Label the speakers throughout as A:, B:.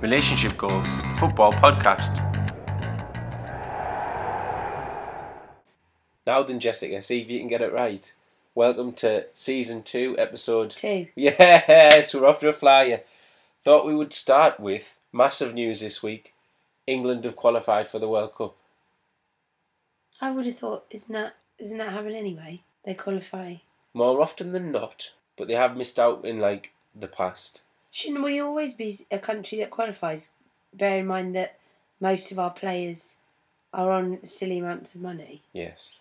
A: Relationship Goals, the football podcast. Now then, Jessica, see if you can get it right. Welcome to season two, episode.
B: Two.
A: Yes, we're off to a flyer. Thought we would start with massive news this week. England have qualified for the World Cup.
B: I would have thought, isn't that isn't that happening anyway? They qualify.
A: More often than not, but they have missed out in like the past.
B: Shouldn't we always be a country that qualifies? Bear in mind that most of our players are on silly amounts of money.
A: Yes.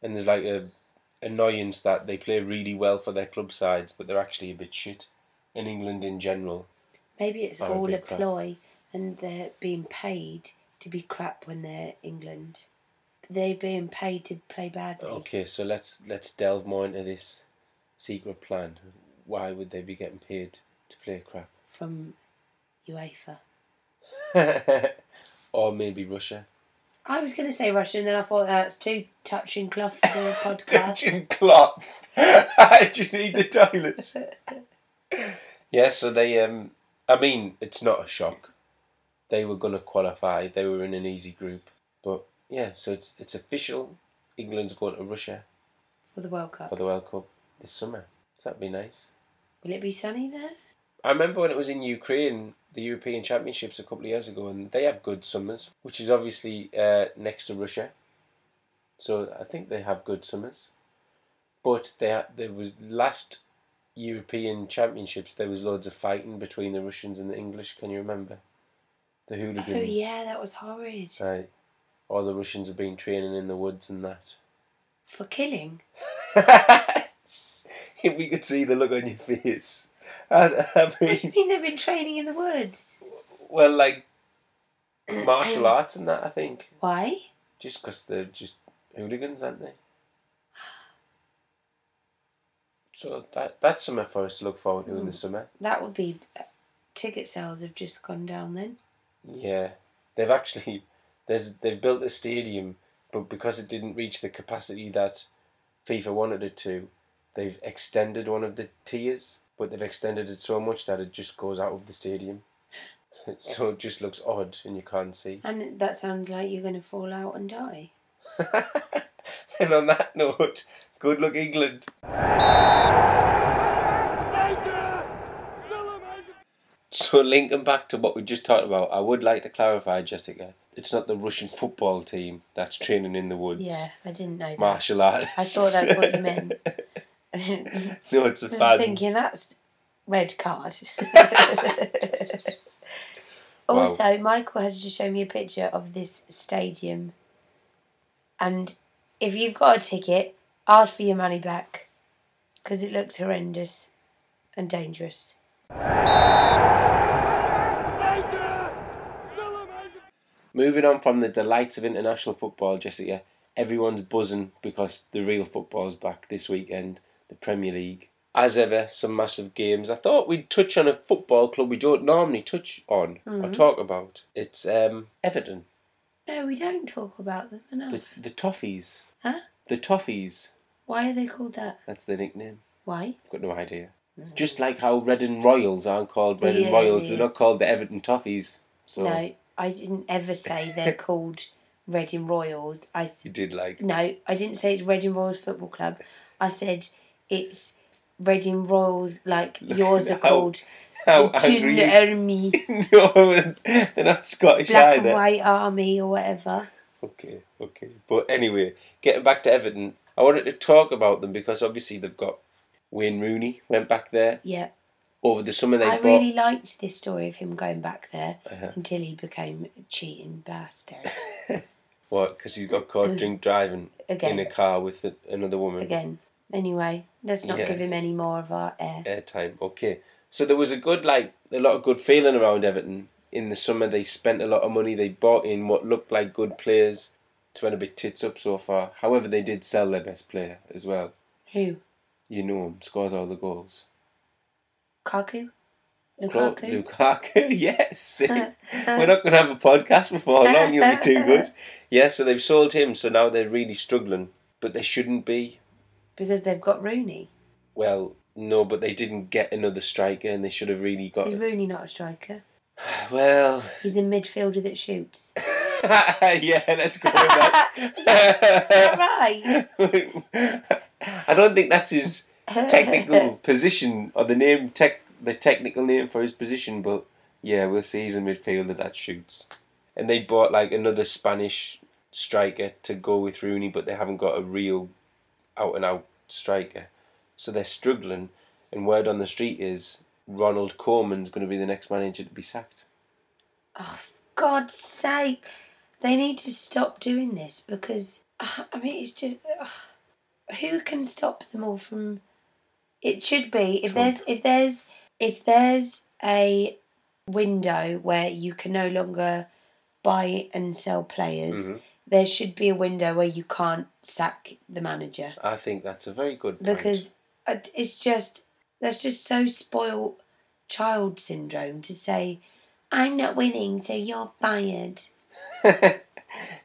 A: And there's like a annoyance that they play really well for their club sides, but they're actually a bit shit. In England in general.
B: Maybe it's
A: I would
B: all
A: be
B: a
A: crap.
B: ploy, and they're being paid to be crap when they're England. They're being paid to play badly.
A: Okay, so let's let's delve more into this secret plan. Why would they be getting paid to play crap?
B: from UEFA.
A: or maybe Russia.
B: I was going to say Russia, and then I thought that's too touching cloth for the podcast.
A: Touching clock. I just need the toilet. yeah, so they um I mean, it's not a shock. They were gonna qualify, they were in an easy group. But yeah, so it's it's official. England's going to Russia
B: for the World Cup.
A: for the World Cup this summer. So that'd be nice.
B: Will it be sunny there?
A: I remember when it was in Ukraine, the European Championships a couple of years ago, and they have good summers, which is obviously uh, next to Russia. So I think they have good summers, but they ha- there was last European Championships there was loads of fighting between the Russians and the English. Can you remember the hooligans?
B: Oh yeah, that was horrid.
A: Right. All the Russians have been training in the woods and that.
B: For killing?
A: if we could see the look on your face, I, I mean.
B: I mean, they've been training in the woods.
A: Well, like martial arts and that, I think.
B: Why?
A: Just because they're just hooligans, aren't they? So that that's something for us to look forward to in the summer.
B: That would be. uh, Ticket sales have just gone down then.
A: Yeah, they've actually there's they've built a stadium, but because it didn't reach the capacity that FIFA wanted it to, they've extended one of the tiers, but they've extended it so much that it just goes out of the stadium. so it just looks odd and you can't see.
B: And that sounds like you're going to fall out and die.
A: and on that note, good luck, England. So, linking back to what we just talked about, I would like to clarify, Jessica, it's not the Russian football team that's training in the woods.
B: Yeah, I didn't know that.
A: Martial artists.
B: I thought that's what you meant. I
A: no, it's the
B: was
A: fans.
B: thinking that's red card. also, Michael has just shown me a picture of this stadium. And if you've got a ticket, ask for your money back because it looks horrendous and dangerous.
A: Moving on from the delights of international football, Jessica, everyone's buzzing because the real football's back this weekend, the Premier League. As ever, some massive games. I thought we'd touch on a football club we don't normally touch on
B: Mm-hmm.
A: or talk about. It's um, Everton,
B: No, we don't talk about them enough.
A: the, the Toffees.
B: Huh?
A: The Toffees,
B: Why are they called that?
A: that's their nickname.
B: Why?
A: Got no idea. Just like how Reading Royals aren't called Reading
B: Mm-hmm. Yeah,
A: Royals,
B: it
A: they're
B: is.
A: not called the Everton Toffees. So
B: No, I didn't ever say they're called Reading Royals. I s-
A: you did like
B: no, I didn't say it's Reading Royals Football Club. I said it's Reading Royals, like yours are
A: how
B: called.
A: how
B: the
A: angry.
B: Tin
A: you-
B: Army,
A: no, they're not Scottish
B: Black
A: either.
B: and White Army, or whatever.
A: Okay, okay. But anyway, getting back to Everton, I wanted to talk about them because obviously they've got Wayne Rooney went back there
B: Yeah,
A: over the summer. They
B: I
A: bought
B: really liked this story of him going back there
A: Uh-huh.
B: until he became a cheating bastard
A: what because he's got caught drink driving in
B: Again.
A: a car with a, another woman.
B: again. Anyway, let's not
A: Yeah.
B: give him any more of our air.
A: Airtime. Okay, so there was a good like a lot of good feeling around Everton in the summer. They spent a lot of money. They bought in what looked like good players. It's went a bit tits up so far. However, they did sell their best player as well.
B: Who?
A: You know him. Scores all the goals.
B: Kaku?
A: Cla-
B: Lukaku?
A: Lukaku, yes. We're not going to have a podcast before long. You'll be too good. Yeah, so they've sold him, so now they're really struggling. But they shouldn't be.
B: Because they've got Rooney.
A: Well, no, but they didn't get another striker, and they should have really got.
B: Is Rooney not a striker?
A: Well,
B: He's a midfielder that shoots. Is
A: yeah, let's go with that.
B: that
A: I don't think that's his
B: right?
A: technical position or the name tech the technical name for his position, but yeah, we'll see he's a midfielder that shoots. And they bought like another Spanish striker to go with Rooney, but they haven't got a real out and out striker. So they're struggling and word on the street is Ronald Koeman's gonna be the next manager to be sacked.
B: Oh, for God's sake. They need to stop doing this because, ah, I mean, it's just. ah, who can stop them all from. It should be. If
A: Trump.
B: there's. If there's. If there's a window where you can no longer buy and sell players,
A: Mhm.
B: there should be a window where you can't sack the manager
A: I think that's a very good point.
B: because it- it's just that's just so spoiled child syndrome to say i'm not winning so you're fired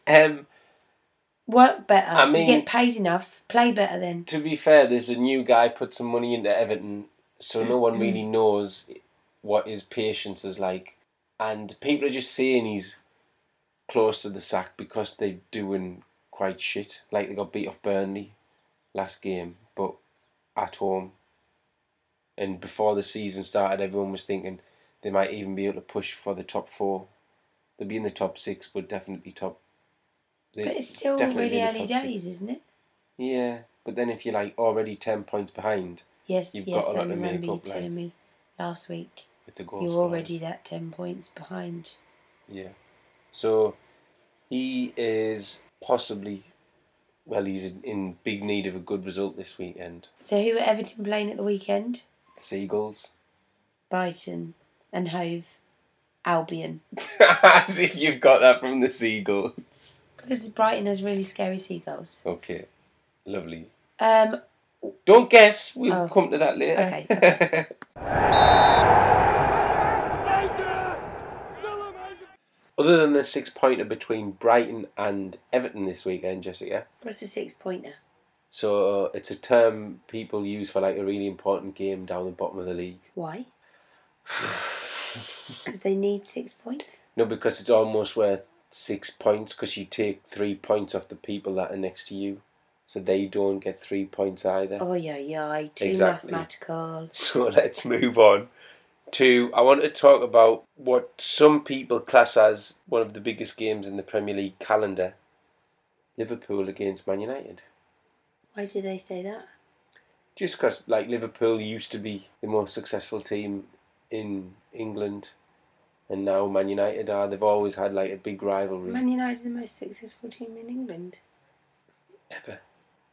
A: um,
B: work better
A: I mean-
B: you get paid enough play better then
A: to be fair, there's a new guy put some money into Everton, so no one really
B: Mm-hmm.
A: knows what his patience is like, and people are just saying he's close to the sack because they're doing quite shit. Like they got beat off Burnley last game, but at home. And before the season started, everyone was thinking they might even be able to push for the top four. They'll be in the top six, but definitely top. they-
B: but it's still
A: definitely be
B: really
A: in the
B: early
A: top six.
B: days isn't it
A: Yeah, but then if you're like already ten points behind
B: yes
A: You've
B: yes
A: got a
B: i
A: lot to make
B: remember you
A: up, like,
B: telling me last week
A: with the goals,
B: you're already that 10 points behind
A: yeah. So he is possibly well, he's in, in big need of a good result this weekend.
B: so who are everton playing at the weekend
A: The Seagulls,
B: brighton and hove albion
A: as if you've got that from the Seagulls.
B: because brighton has really scary seagulls
A: Okay, lovely.
B: um
A: Don't guess. We'll
B: Oh.
A: come to that later.
B: Okay,
A: Other than the six pointer between Brighton and Everton this weekend, Jessica,
B: what's a six pointer
A: So uh, it's a term people use for like a really important game down the bottom of the league.
B: Why? Because they need six points.
A: No, because it's almost worth six points because you take three points off the people that are next to you, so they don't get three points either.
B: Oh yeah, yeah. Too
A: Exactly.
B: mathematical.
A: So let's move on to I want to talk about what some people class as one of the biggest games in the Premier League calendar. Liverpool against Man United.
B: Why do they say that?
A: Just because, like, Liverpool used to be the most successful team in England, and now Man United are. They've always had, like, a big rivalry.
B: Man United are the most successful team in England,
A: Ever.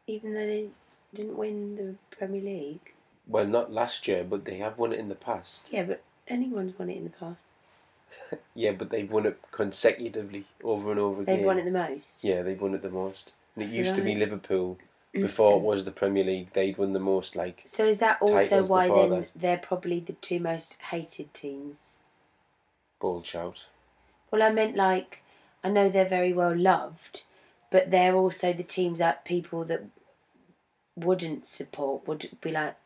B: even though they didn't win the Premier League.
A: Well, not last year, but they have won it in the past.
B: Yeah, but anyone's won it in the past.
A: Yeah, but they've won it consecutively over and over again.
B: They've won it the most. Mm.
A: Yeah, they've won it the most. And it used to be
B: Right.
A: Liverpool before it was the Premier League. They'd won the most, like,
B: So is that also
A: Titles
B: why
A: before
B: then
A: that.
B: they're probably the two most hated teams?
A: ball shout.
B: Well, I meant like I know they're very well loved, but they're also the teams that people that wouldn't support would be like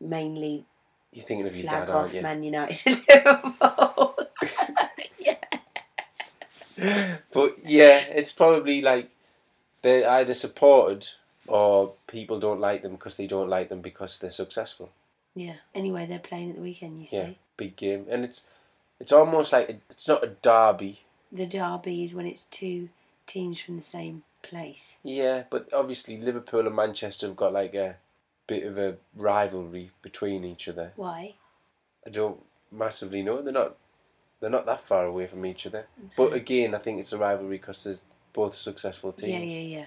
B: mainly
A: You're thinking of your
B: slag
A: dad,
B: off
A: aren't you?
B: Man United Liverpool.
A: But yeah, it's probably like they're either supported or people don't like them because they don't like them because they're successful.
B: yeah. Anyway, they're playing at the weekend. You
A: Yeah,
B: say
A: big game, and it's it's almost like a, it's not a derby.
B: the derby is when it's two teams from the same place.
A: Yeah, but obviously Liverpool and Manchester have got like a bit of a rivalry between each other.
B: Why?
A: I don't massively know. They're not they're not that far away from each other. But again, I think it's a rivalry because they're both successful teams.
B: Yeah, yeah, yeah.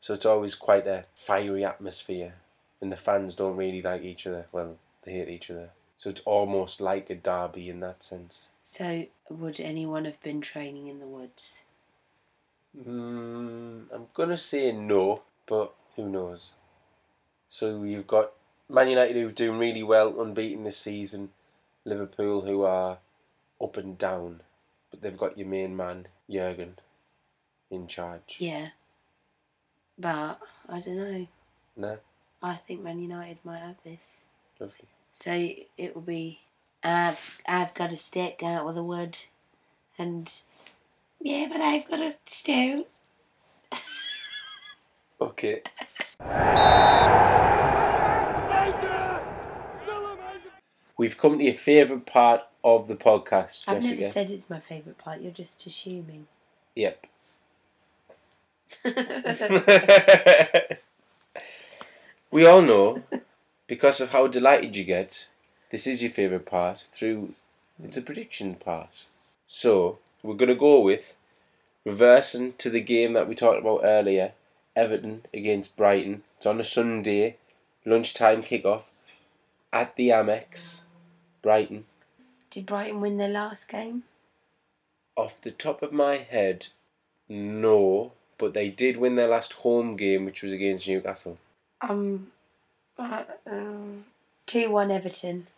A: So it's always quite a fiery atmosphere, and the fans don't really like each other. Well, they hate each other. So it's almost like a derby in that sense.
B: So would anyone have been training in the woods?
A: Mm, I'm going to say no, but who knows? So you've got Man United who are doing really well, unbeaten this season, Liverpool who are up and down, but they've got your main man, Jurgen, in charge.
B: Yeah. But I don't know.
A: No?
B: I think Man United might have this.
A: Lovely.
B: So it will be I've I've got a stick out with a wood, and yeah, but I've got a stone.
A: Okay. We've come to your favourite part of the podcast,
B: I've
A: Jessica.
B: never said it's my favourite part. You're just assuming.
A: Yep.
B: I
A: we all know, because of how delighted you get, this is your favourite part through it's a prediction part. So we're gonna go with reversing to the game that we talked about earlier, Everton against Brighton. It's on a Sunday, lunchtime kickoff at the Amex, Brighton.
B: Did Brighton win their last game?
A: Off the top of my head, no. But they did win their last home game, which was against Newcastle.
B: Um, uh, um, two one Everton.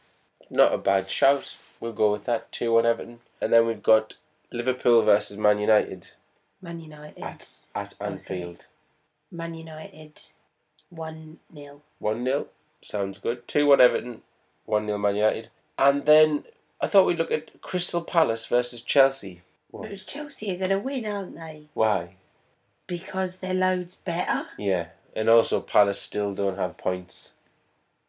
A: Not a bad shout. We'll go with that. 2 1 Everton. And then we've got Liverpool versus Man United
B: Man United.
A: at, at
B: sorry.
A: Anfield.
B: Man United. One 0
A: 1 0. Sounds good. 2 1 Everton. 1 0 Man United. And then I thought we'd look at Crystal Palace versus Chelsea. What?
B: Chelsea are going to win, aren't they?
A: Why?
B: Because they're loads better.
A: Yeah. And also, Palace still don't have points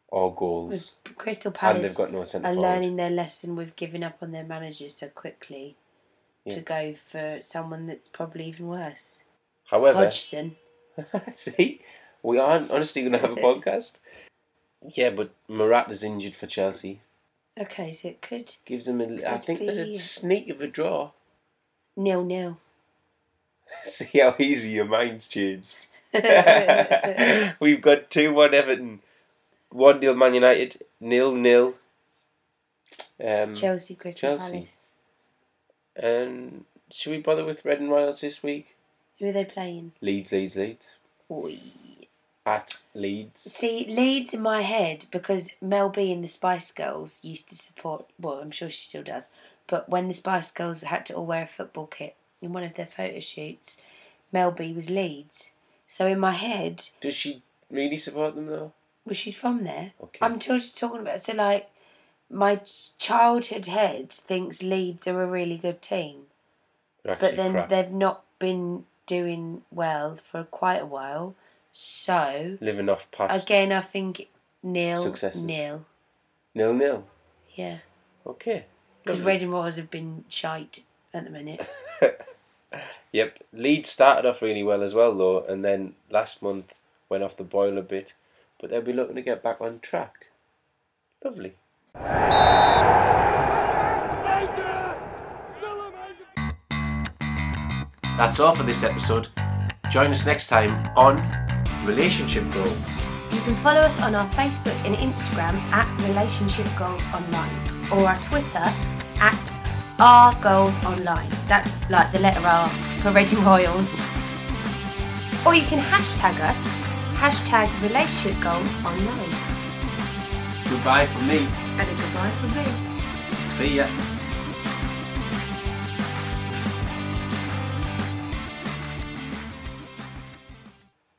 A: or goals.
B: Crystal
A: and
B: Palace
A: they've got no centre
B: are
A: forward.
B: learning their lesson with giving up on their managers so quickly
A: Yeah.
B: to go for someone that's probably even worse.
A: However,
B: Hodgson.
A: See, we aren't honestly going to have a podcast. Yeah, but Murat is injured for Chelsea.
B: Okay, so it could
A: Gives them a. I
B: Could
A: think there's a
B: be.
A: sneak of a draw.
B: nil nil.
A: See how easy your mind's changed. We've got 2 1 Everton, 1 nil Man United, nil nil. Um,
B: Chelsea, Crystal
A: Chelsea.
B: Palace.
A: and should we bother with Red and Royals this week?
B: Who are they playing?
A: Leeds, Leeds, Leeds.
B: Oi.
A: At Leeds.
B: See, Leeds in my head because Mel B and the Spice Girls used to support. Well, I'm sure she still does. But when the Spice Girls had to all wear a football kit in one of their photo shoots, Mel B was Leeds. So in my head,
A: Does she really support them though?
B: well, she's from there.
A: Okay.
B: I'm still just talking about. So like, my ch- childhood head thinks Leeds are a really good team,
A: They're
B: but
A: actually
B: then
A: crap.
B: they've not been doing well for quite a while. So
A: Living off past.
B: again, I think nil
A: Successes.
B: nil.
A: Nil nil.
B: Yeah.
A: Okay.
B: Because
A: Lovely.
B: Reading Royals have been shite at the minute.
A: Yep. Leeds started off really well as well though, and then last month went off the boil a bit, but they'll be looking to get back on track. Lovely. That's all for this episode. Join us next time on Relationship Goals.
B: You can follow us on our Facebook and Instagram at Relationship Goals Online or our Twitter at Our Goals Online. That's like the letter R for Reading Royals. Or you can hashtag us, hashtag Relationship Goals Online.
A: Goodbye from me.
B: And a goodbye from me.
A: See ya.